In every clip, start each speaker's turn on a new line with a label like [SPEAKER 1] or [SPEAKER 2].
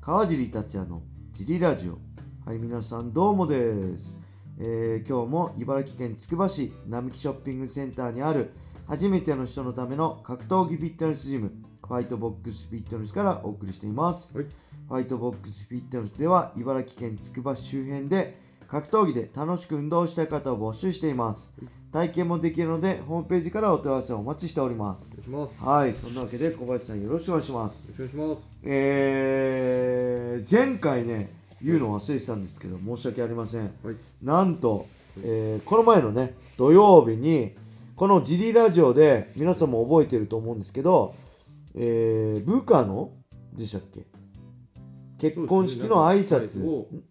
[SPEAKER 1] 川尻達也のジリラジオはい皆さんどうもです、えー今日も茨城県つくば市並木ショッピングセンターにある初めての人のための格闘技フィットネスジムファイトボックスフィットネスからお送りしています、
[SPEAKER 2] はい
[SPEAKER 1] ファイトボックスフィットネスでは茨城県つくば市周辺で格闘技で楽しく運動したい方を募集しています体験もできるのでホームページからお問い合わせをお待ちしております
[SPEAKER 2] お願いします。
[SPEAKER 1] はいそんなわけで小林さんよろしくお願いします
[SPEAKER 2] よろしくお願いします。
[SPEAKER 1] えー、前回ね言うの忘れてたんですけど申し訳ありません
[SPEAKER 2] はい。
[SPEAKER 1] なんと、えーこの前のね土曜日にこのジリラジオで皆さんも覚えてると思うんですけど、えー、部下のでしたっけ結婚式の挨拶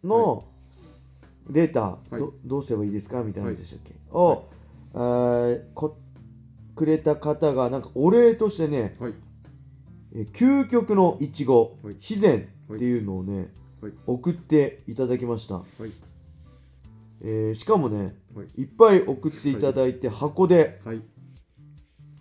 [SPEAKER 1] のレター、
[SPEAKER 2] はい
[SPEAKER 1] どどうすればいいですかみたいなのでしたっけ、
[SPEAKER 2] はい
[SPEAKER 1] を、えーこくれた方がなんかお礼としてね、
[SPEAKER 2] はい。
[SPEAKER 1] えー究極のいちご
[SPEAKER 2] はい
[SPEAKER 1] 肥前っていうのをね、
[SPEAKER 2] はい
[SPEAKER 1] 送っていただきました、
[SPEAKER 2] はい。
[SPEAKER 1] えーしかもね、、
[SPEAKER 2] はい
[SPEAKER 1] っぱい送っていただいて、箱で
[SPEAKER 2] はい。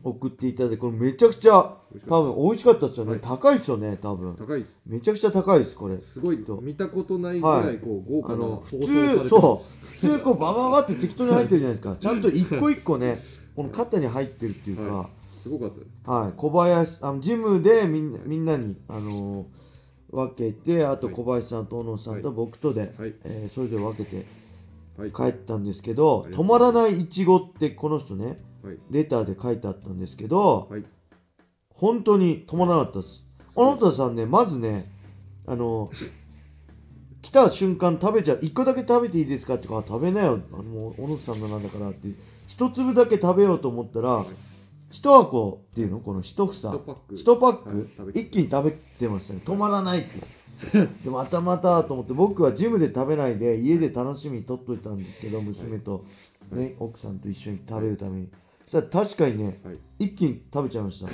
[SPEAKER 1] 送っていただいてこれめちゃくちゃ多分美味しかったですよね、
[SPEAKER 2] はい
[SPEAKER 1] 高いですよね多分
[SPEAKER 2] 高いです。
[SPEAKER 1] めちゃくちゃ高いですこれ
[SPEAKER 2] すごい
[SPEAKER 1] きっと
[SPEAKER 2] 見たことないぐ
[SPEAKER 1] は
[SPEAKER 2] ら
[SPEAKER 1] い
[SPEAKER 2] いこう豪華
[SPEAKER 1] あ
[SPEAKER 2] な
[SPEAKER 1] の
[SPEAKER 2] 包
[SPEAKER 1] 普
[SPEAKER 2] 装されて
[SPEAKER 1] 通そう普通こうバババって適当に入ってるじゃないですかちゃんと一個一個ねこの肩に入ってるっていうか、
[SPEAKER 2] はい。すごかったです。
[SPEAKER 1] はい、小林あのジムでみんなみんなに、あのー分けてあと
[SPEAKER 2] はい
[SPEAKER 1] 小林さんと小野さんと
[SPEAKER 2] は
[SPEAKER 1] 僕とで、
[SPEAKER 2] はい
[SPEAKER 1] えーそれぞれ分けて
[SPEAKER 2] はい。
[SPEAKER 1] 帰ったんですけど「
[SPEAKER 2] ありがと
[SPEAKER 1] 止
[SPEAKER 2] う
[SPEAKER 1] ま
[SPEAKER 2] ござ
[SPEAKER 1] ら
[SPEAKER 2] い
[SPEAKER 1] ないいちご」ってこの人ね
[SPEAKER 2] はい。
[SPEAKER 1] レターで書いてあったんですけど
[SPEAKER 2] はい。
[SPEAKER 1] 本当に止まらなかったです小野田さんねまずねあのー来た瞬間食べちゃう1個だけ食べていいですかってかあ食べなよあのもう小野田さんがなんだからって1粒だけ食べようと思ったら1箱っていうのこの1房
[SPEAKER 2] 一パック
[SPEAKER 1] 一パック、
[SPEAKER 2] はい食べて
[SPEAKER 1] 一気に食べてましたね止まらないってでまたまたと思って僕はジムで食べないで家で楽しみに取っといたんですけど娘と、ね奥さんと一緒に食べるために、そしたら確かにね、
[SPEAKER 2] はい
[SPEAKER 1] 一気に食べちゃいま した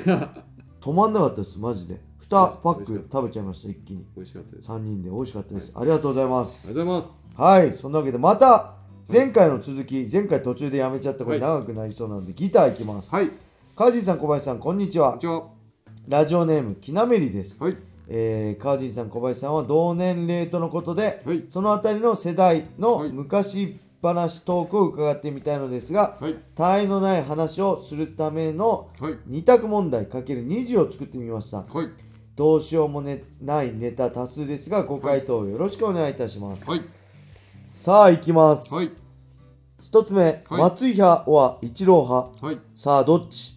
[SPEAKER 1] 止まんなかったですマジで2パック食べちゃいました一気に
[SPEAKER 2] 美味しかったです。あ
[SPEAKER 1] 3人で美味しかったです、ありがとうございます
[SPEAKER 2] りがとうございます。
[SPEAKER 1] はいそんなわけでまた前回の続き前回途中でやめちゃったこれ
[SPEAKER 2] は
[SPEAKER 1] 長くなりそうなんでギターいきます、
[SPEAKER 2] はい。
[SPEAKER 1] カジーさん小林さんこんにちは
[SPEAKER 2] じゃあ、
[SPEAKER 1] ラジオネームきなめりです、
[SPEAKER 2] はい。
[SPEAKER 1] えー、川尻さん小林さんは同年齢とのことで、
[SPEAKER 2] はい
[SPEAKER 1] そのあたりの世代の
[SPEAKER 2] はい
[SPEAKER 1] 昔話トークを伺ってみたいのですが、
[SPEAKER 2] はい
[SPEAKER 1] 他愛のない話をするための
[SPEAKER 2] はい
[SPEAKER 1] 二択問題 ×20 を作ってみました
[SPEAKER 2] はい。
[SPEAKER 1] どうしようも、ね、ないネタ多数ですがご回答よろしくお願いいたします、
[SPEAKER 2] はい。
[SPEAKER 1] さあいきます、
[SPEAKER 2] はい。
[SPEAKER 1] 一つ目、
[SPEAKER 2] はい
[SPEAKER 1] 松井派は一郎派
[SPEAKER 2] はい。
[SPEAKER 1] さあどっち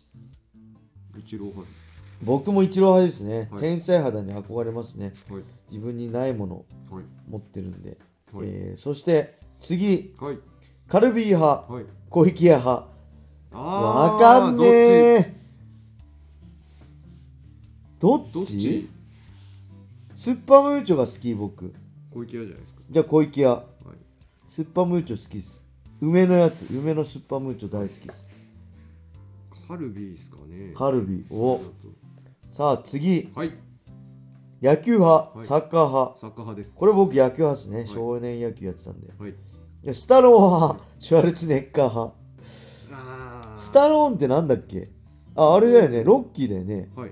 [SPEAKER 2] 一郎派です。
[SPEAKER 1] 僕も一郎派ですね、
[SPEAKER 2] はい
[SPEAKER 1] 天才肌に憧れますね
[SPEAKER 2] はい。
[SPEAKER 1] 自分にないもの
[SPEAKER 2] はい。
[SPEAKER 1] 持ってるんで、
[SPEAKER 2] はい
[SPEAKER 1] えーそして次
[SPEAKER 2] はい。
[SPEAKER 1] カルビー派、
[SPEAKER 2] はい。
[SPEAKER 1] 小池屋派
[SPEAKER 2] あ
[SPEAKER 1] わかんね
[SPEAKER 2] え。
[SPEAKER 1] えどっち
[SPEAKER 2] どっち
[SPEAKER 1] スッパムーチョが好き僕
[SPEAKER 2] 小池屋じゃないですか。
[SPEAKER 1] じゃあ小池屋
[SPEAKER 2] はい。
[SPEAKER 1] スッパムーチョ好きっす梅のやつ梅のスッパムーチョ大好きっす
[SPEAKER 2] カルビーですかね。
[SPEAKER 1] カルビーをさあ次
[SPEAKER 2] はい。
[SPEAKER 1] 野球派、
[SPEAKER 2] はい
[SPEAKER 1] サッカー派
[SPEAKER 2] サッカー派です。
[SPEAKER 1] これ僕野球派っすね、少年野球やってたんで
[SPEAKER 2] はい。
[SPEAKER 1] いやスタローン派シュワルツェネッカー派
[SPEAKER 2] あ
[SPEAKER 1] スタローンってなんだっけあ、あれだよね。ロッキーだよね。
[SPEAKER 2] あ。はい。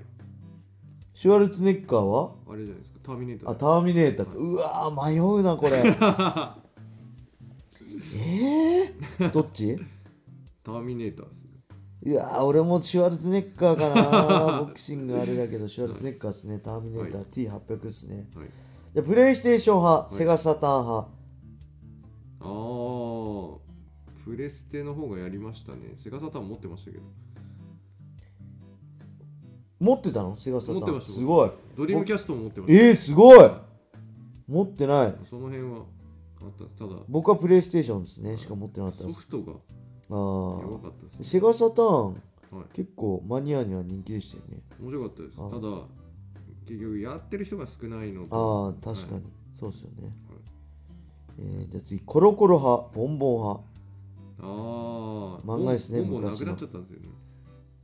[SPEAKER 1] シュワルツェネッカーは
[SPEAKER 2] あれじゃないですか。ターミネーター
[SPEAKER 1] あ、。ターミネーターか。うわー、迷うな、これ。え ー、どっち
[SPEAKER 2] ターミネーターです。
[SPEAKER 1] うわー、俺もシュワルツェネッカーか な。ボクシングあれだけど、シュワルツェネッカーっすね。ターミネーター、T800 っすね。
[SPEAKER 2] はい。
[SPEAKER 1] で、プレイステーション派、セガサターン派。
[SPEAKER 2] ああ。プレステの方がやりましたね。セガサターン持ってましたけど。
[SPEAKER 1] 持ってたのセガサタ
[SPEAKER 2] 持って
[SPEAKER 1] ーン。
[SPEAKER 2] ました
[SPEAKER 1] すごい。
[SPEAKER 2] ドリームキャストも持ってまし
[SPEAKER 1] えー、すごい持ってない。
[SPEAKER 2] た。その辺はあったんです。ただ、
[SPEAKER 1] 僕はプレイステーションですね。しか持ってなかった
[SPEAKER 2] ソ
[SPEAKER 1] です。
[SPEAKER 2] フトが
[SPEAKER 1] あー。
[SPEAKER 2] 弱かったです。
[SPEAKER 1] セガサターン
[SPEAKER 2] はい。
[SPEAKER 1] 結構マニアには人気でしたよね
[SPEAKER 2] 面白かったです。ただ、結局やってる人が少ないのと。
[SPEAKER 1] ああ確かに、そうっすよね、えーじゃあ次コロコロ派ボンボン派
[SPEAKER 2] ああ。
[SPEAKER 1] 漫画ですね
[SPEAKER 2] もうな
[SPEAKER 1] 昔
[SPEAKER 2] く
[SPEAKER 1] の
[SPEAKER 2] なっちゃったんですよね。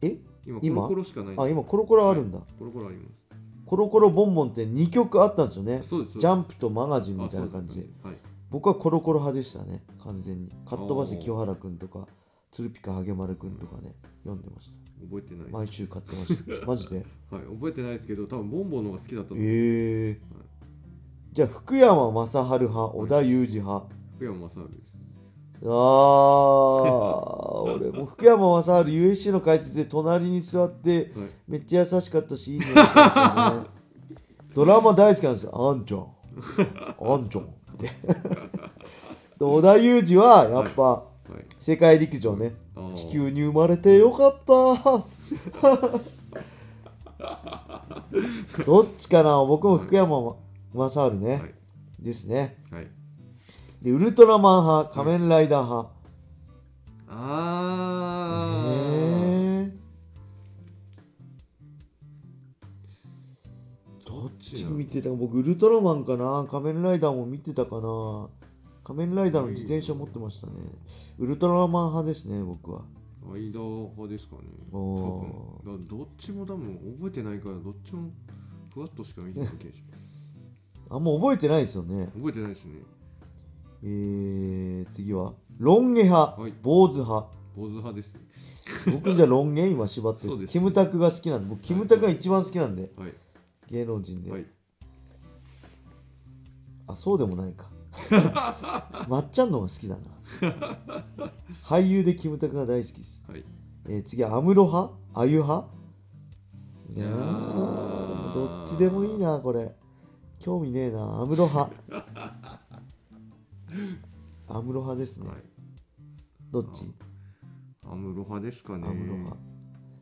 [SPEAKER 1] え
[SPEAKER 2] 今、コ
[SPEAKER 1] 今
[SPEAKER 2] ロコロしかない。
[SPEAKER 1] あ今コロコロあるんだ、
[SPEAKER 2] コロコロあります。
[SPEAKER 1] コロコロボンボンって2曲あったんですよね
[SPEAKER 2] そうですそうです
[SPEAKER 1] ジャンプとマガジンみたい
[SPEAKER 2] あ
[SPEAKER 1] な感じで。
[SPEAKER 2] そうすはい。
[SPEAKER 1] 僕はコロコロ派でしたね完全にかっ飛ばせ清原くんとか鶴ピカハゲマルくんとかね読んでました
[SPEAKER 2] 覚えてないです。
[SPEAKER 1] 毎週 買ってましたマジで
[SPEAKER 2] はい、覚えてないですけど、多分ボンボンの方が好きだったと思う
[SPEAKER 1] ええー、じゃあ福山雅治派織田裕二派
[SPEAKER 2] 福山雅治です
[SPEAKER 1] あー俺も福山雅治 UFC の解説で隣に座って
[SPEAKER 2] はい
[SPEAKER 1] めっちゃ優しかったしいい匂いしましたねドラマ大好きなんですよあんちゃんあんちゃんってで織田裕二はやっぱ、
[SPEAKER 2] はい
[SPEAKER 1] 世界陸上ね
[SPEAKER 2] あー
[SPEAKER 1] 地球に生まれてよか ったどっちかな僕も福山雅治ね、
[SPEAKER 2] はい
[SPEAKER 1] ですね
[SPEAKER 2] はい
[SPEAKER 1] でウルトラマン派仮面ライダー派、
[SPEAKER 2] あ
[SPEAKER 1] えー
[SPEAKER 2] ー
[SPEAKER 1] どっち見てたか僕ウルトラマンかな仮面ライダーも見てたかな仮面ライダーの自転車持ってましたねウルトラマン派ですね僕は
[SPEAKER 2] 間派ですかね
[SPEAKER 1] お
[SPEAKER 2] 多分だどっちも多分覚えてないからどっちもふわっとしか見てない気がします
[SPEAKER 1] あんま覚えてないですよ ね
[SPEAKER 2] 覚えてないですね
[SPEAKER 1] えー、次はロン毛派、
[SPEAKER 2] はい
[SPEAKER 1] 坊主派
[SPEAKER 2] 坊主派ですね
[SPEAKER 1] 僕じゃロン毛今縛って
[SPEAKER 2] そう
[SPEAKER 1] る、
[SPEAKER 2] です
[SPEAKER 1] キムタクが好きなんで僕キムタクが一番好きなんで
[SPEAKER 2] はい
[SPEAKER 1] 芸能人で、
[SPEAKER 2] はい
[SPEAKER 1] あそうでもないか まっちゃんの方が好きだな俳優でキムタクが大好きです、
[SPEAKER 2] はい
[SPEAKER 1] えー、次は安室派あゆ派いやーどっちでもいいなこれ興味ねえな安室派安室派ですね、
[SPEAKER 2] はい
[SPEAKER 1] どっち
[SPEAKER 2] 安室派ですかね
[SPEAKER 1] 安室派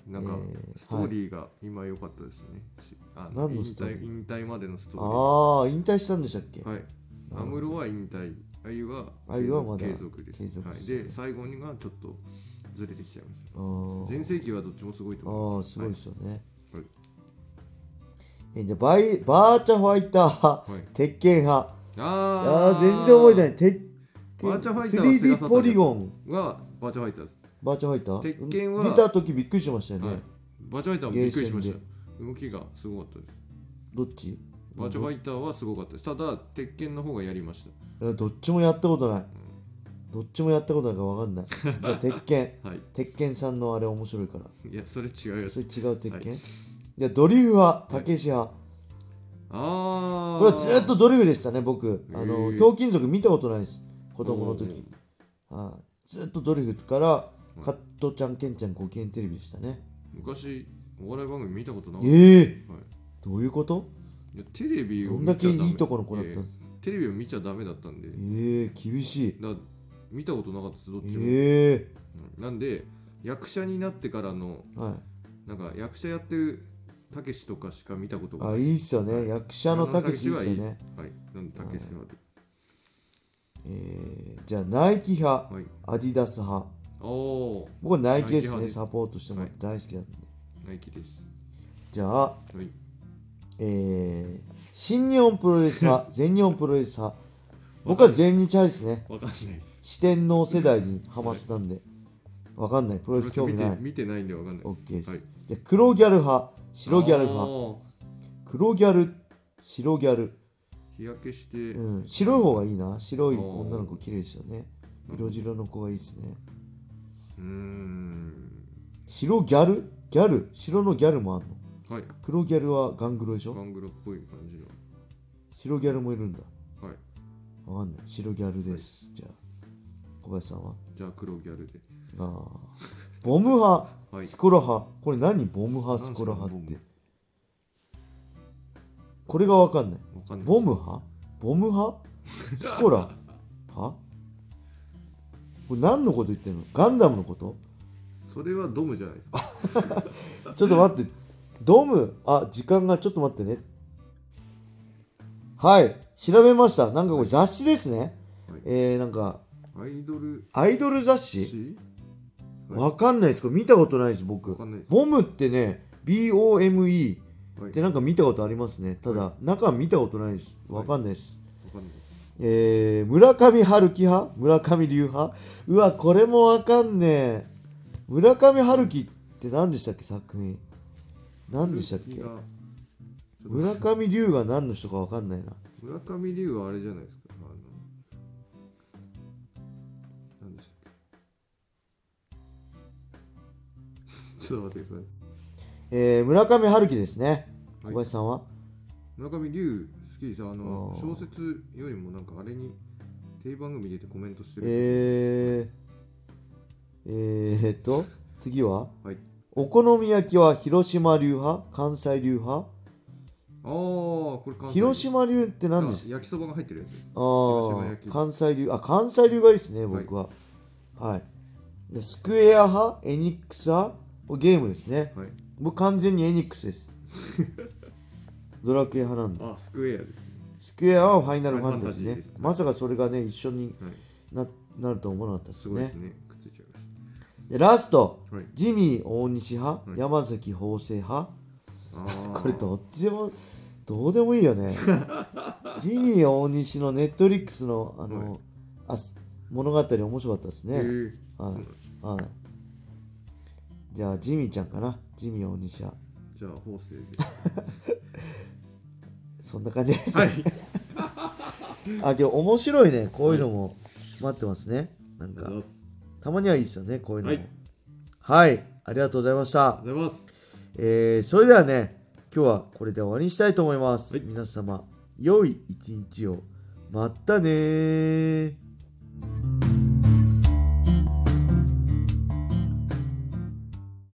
[SPEAKER 2] なんか、
[SPEAKER 1] えー
[SPEAKER 2] ストーリーが今良かったですね、しあ
[SPEAKER 1] 何の
[SPEAKER 2] 引
[SPEAKER 1] ストーリ
[SPEAKER 2] 退
[SPEAKER 1] ー
[SPEAKER 2] 引退までのストー
[SPEAKER 1] ああ引退したんでしたっけ、
[SPEAKER 2] リーはい安室は引退あゆは
[SPEAKER 1] あゆはまだ
[SPEAKER 2] 継続です
[SPEAKER 1] 継続
[SPEAKER 2] はい、
[SPEAKER 1] ですね
[SPEAKER 2] で最後にがちょっとずれてきちゃいまし
[SPEAKER 1] あー
[SPEAKER 2] た全盛期はどっちもすごいと
[SPEAKER 1] あー
[SPEAKER 2] 思います
[SPEAKER 1] すごいですよね、
[SPEAKER 2] はい
[SPEAKER 1] えじゃあバイバーチャファイター派、
[SPEAKER 2] はい
[SPEAKER 1] 鉄拳派あ
[SPEAKER 2] あ
[SPEAKER 1] あ
[SPEAKER 2] ー
[SPEAKER 1] ー全然覚えてない鉄拳
[SPEAKER 2] バーチャファイターはセガサ
[SPEAKER 1] 3D
[SPEAKER 2] ターン
[SPEAKER 1] ポリゴン
[SPEAKER 2] はバーチャファイターです、
[SPEAKER 1] バーチャファイター
[SPEAKER 2] 鉄拳は
[SPEAKER 1] 出た時びっくりしましたよね、
[SPEAKER 2] はい、バーチャファイターもびっくりしまし
[SPEAKER 1] ゲー
[SPEAKER 2] た動きがすごかったです
[SPEAKER 1] どっち
[SPEAKER 2] バーチャファイターはすごかったですただ鉄拳の方がやりました
[SPEAKER 1] いやどっちもやったことない、どっちもやったことないからわかんないじ ゃあ鉄拳
[SPEAKER 2] はい
[SPEAKER 1] 鉄拳さんのあれ面白いから
[SPEAKER 2] いやそれ違うや
[SPEAKER 1] そ
[SPEAKER 2] つ
[SPEAKER 1] れ違う鉄
[SPEAKER 2] はい
[SPEAKER 1] 拳、じゃあドリフ派たけし派、
[SPEAKER 2] ああ
[SPEAKER 1] これはずっとドリフでしたね僕あの
[SPEAKER 2] へえ
[SPEAKER 1] ひょうきん族見たことないです子供の時はいずっとドリフからカットちゃんケンちゃんご機嫌テレビでしたね
[SPEAKER 2] 昔お笑い番組見たことなかった、
[SPEAKER 1] ええ
[SPEAKER 2] はい
[SPEAKER 1] どういうこと
[SPEAKER 2] いやテレビを
[SPEAKER 1] どん
[SPEAKER 2] 見
[SPEAKER 1] だ
[SPEAKER 2] ち
[SPEAKER 1] け
[SPEAKER 2] ゃダメ
[SPEAKER 1] いいとこの子だったんです
[SPEAKER 2] いやテレビを見ちゃダメだったんでだ
[SPEAKER 1] ええ厳しい
[SPEAKER 2] から見たことなかったですどっちも、
[SPEAKER 1] ええ
[SPEAKER 2] うんなんで役者になってからの
[SPEAKER 1] はい
[SPEAKER 2] なんか役者やってるたけしとかしか見たことが
[SPEAKER 1] あ
[SPEAKER 2] ない
[SPEAKER 1] いいっすよね役者のたけしいいっすよ
[SPEAKER 2] はい
[SPEAKER 1] ね
[SPEAKER 2] なんでたけしは
[SPEAKER 1] ええじゃあナイキ派
[SPEAKER 2] はい
[SPEAKER 1] アディダス派
[SPEAKER 2] おー
[SPEAKER 1] 僕はナイキです
[SPEAKER 2] ナイキ派
[SPEAKER 1] ね
[SPEAKER 2] です
[SPEAKER 1] サポートしてもらって大好きなんで、
[SPEAKER 2] ナイキです
[SPEAKER 1] じゃあ
[SPEAKER 2] はい
[SPEAKER 1] えー、新日本プロレス 派全日本プロレス派僕は全日派ですね
[SPEAKER 2] わかんないです
[SPEAKER 1] 四天王世代にハマったん で、わかんない、プロレス興味な
[SPEAKER 2] 見
[SPEAKER 1] い
[SPEAKER 2] て。見てないんでわかんない
[SPEAKER 1] オッケーです。
[SPEAKER 2] はい
[SPEAKER 1] じゃあ黒ギャル派、白ギャル
[SPEAKER 2] あ
[SPEAKER 1] 派、
[SPEAKER 2] ー
[SPEAKER 1] 黒ギャル、白ギャル。
[SPEAKER 2] 日焼けして、
[SPEAKER 1] うん、白い方がいいな。白い女の子綺麗ですよね。色白の子がいいですね。
[SPEAKER 2] うーん
[SPEAKER 1] 白ギャルギャル白のギャルもあんの。
[SPEAKER 2] はい
[SPEAKER 1] 黒ギャルはガングロでし
[SPEAKER 2] ガ
[SPEAKER 1] ょ
[SPEAKER 2] ングロっぽい感じの
[SPEAKER 1] 白ギャルもいるんだ。
[SPEAKER 2] はい
[SPEAKER 1] わかんない。白ギャルです。じゃあ、小林さんは
[SPEAKER 2] じゃあ黒ギャルで
[SPEAKER 1] あーボム派、
[SPEAKER 2] はい
[SPEAKER 1] スコラ派これ何ボム派スコラ
[SPEAKER 2] なん
[SPEAKER 1] 派っ
[SPEAKER 2] す
[SPEAKER 1] てこれが分かんない
[SPEAKER 2] わかんない
[SPEAKER 1] ボム派ボム 派スコラ派これ何のこと言ってるのガンダムのこと
[SPEAKER 2] それはドムじゃないですか。
[SPEAKER 1] ちょっと待ってドムあ時間がちょっと待ってねはい調べましたなんかこれ雑誌ですね、
[SPEAKER 2] はい
[SPEAKER 1] えー、なんか
[SPEAKER 2] アイドル
[SPEAKER 1] アイドル雑誌
[SPEAKER 2] 誌はい
[SPEAKER 1] わかんないです。これ見たことないです、僕
[SPEAKER 2] わかんないで。す
[SPEAKER 1] ボムってね、BOME
[SPEAKER 2] はい
[SPEAKER 1] ってなんか見たことありますね。ただ、中見たことないです。わかんないです。
[SPEAKER 2] わかんない。
[SPEAKER 1] えー、村上春樹派村上龍派うわ、これもわかんねえ。村上春樹って何でしたっけ、作品。何でしたっけ
[SPEAKER 2] 次が
[SPEAKER 1] 村上龍が何の人かわかんないな。
[SPEAKER 2] 村上龍はあれじゃないですか。あの、何でしたっけ。 ちょっと待ってください。
[SPEAKER 1] えー、村上春樹ですね。
[SPEAKER 2] はい
[SPEAKER 1] 小林さんは、
[SPEAKER 2] 村上龍好きりさあの
[SPEAKER 1] あー
[SPEAKER 2] 小説よりもなんかあれにテレビ番組出てコメントしてる、
[SPEAKER 1] えー、えー、っと、次は
[SPEAKER 2] はい
[SPEAKER 1] お好み焼きは広島流派関西流派
[SPEAKER 2] ああこれ関西
[SPEAKER 1] 広島流って
[SPEAKER 2] あ
[SPEAKER 1] 何ですか
[SPEAKER 2] 焼きそばが入ってるやつ
[SPEAKER 1] あ
[SPEAKER 2] 島焼
[SPEAKER 1] ー
[SPEAKER 2] き
[SPEAKER 1] 関西流あ関西流がいいですね僕ははい、でスクエア派エニックス派ゲームですね
[SPEAKER 2] はい
[SPEAKER 1] 僕完全にエニックスです ドラクエ派なんで
[SPEAKER 2] あスクエアですね
[SPEAKER 1] スクエアはファイナルファンタジー
[SPEAKER 2] ファイナルファンタジー
[SPEAKER 1] ね
[SPEAKER 2] ですね
[SPEAKER 1] まさかそれがね一緒に
[SPEAKER 2] はい
[SPEAKER 1] ななるとは思わなかったです
[SPEAKER 2] すごい
[SPEAKER 1] ね
[SPEAKER 2] ですねくっついちゃいまし
[SPEAKER 1] でラスト、
[SPEAKER 2] はい
[SPEAKER 1] ジミー大西派、
[SPEAKER 2] はい
[SPEAKER 1] 山崎法政派
[SPEAKER 2] たあー
[SPEAKER 1] これどっちでもどうでもいいよ ねジミー大西のネットリックスのあの、
[SPEAKER 2] は
[SPEAKER 1] あす物語面白かったです
[SPEAKER 2] へ
[SPEAKER 1] ね、
[SPEAKER 2] ー
[SPEAKER 1] はい、はい、じゃあジミーちゃんかなジミー大西派
[SPEAKER 2] じゃあ法政で
[SPEAKER 1] そんな感じです、
[SPEAKER 2] はい
[SPEAKER 1] あけど面白いねこういうのも待ってますねなん
[SPEAKER 2] ありがとうござい
[SPEAKER 1] か
[SPEAKER 2] ます
[SPEAKER 1] たまにはいいですよねこういうのも
[SPEAKER 2] は
[SPEAKER 1] は
[SPEAKER 2] い
[SPEAKER 1] い、ありがとうございました
[SPEAKER 2] ありがとうございます
[SPEAKER 1] えーそれではね、今日はこれで終わりにしたいと思います。
[SPEAKER 2] はい
[SPEAKER 1] 皆様、良い一日を。またねー。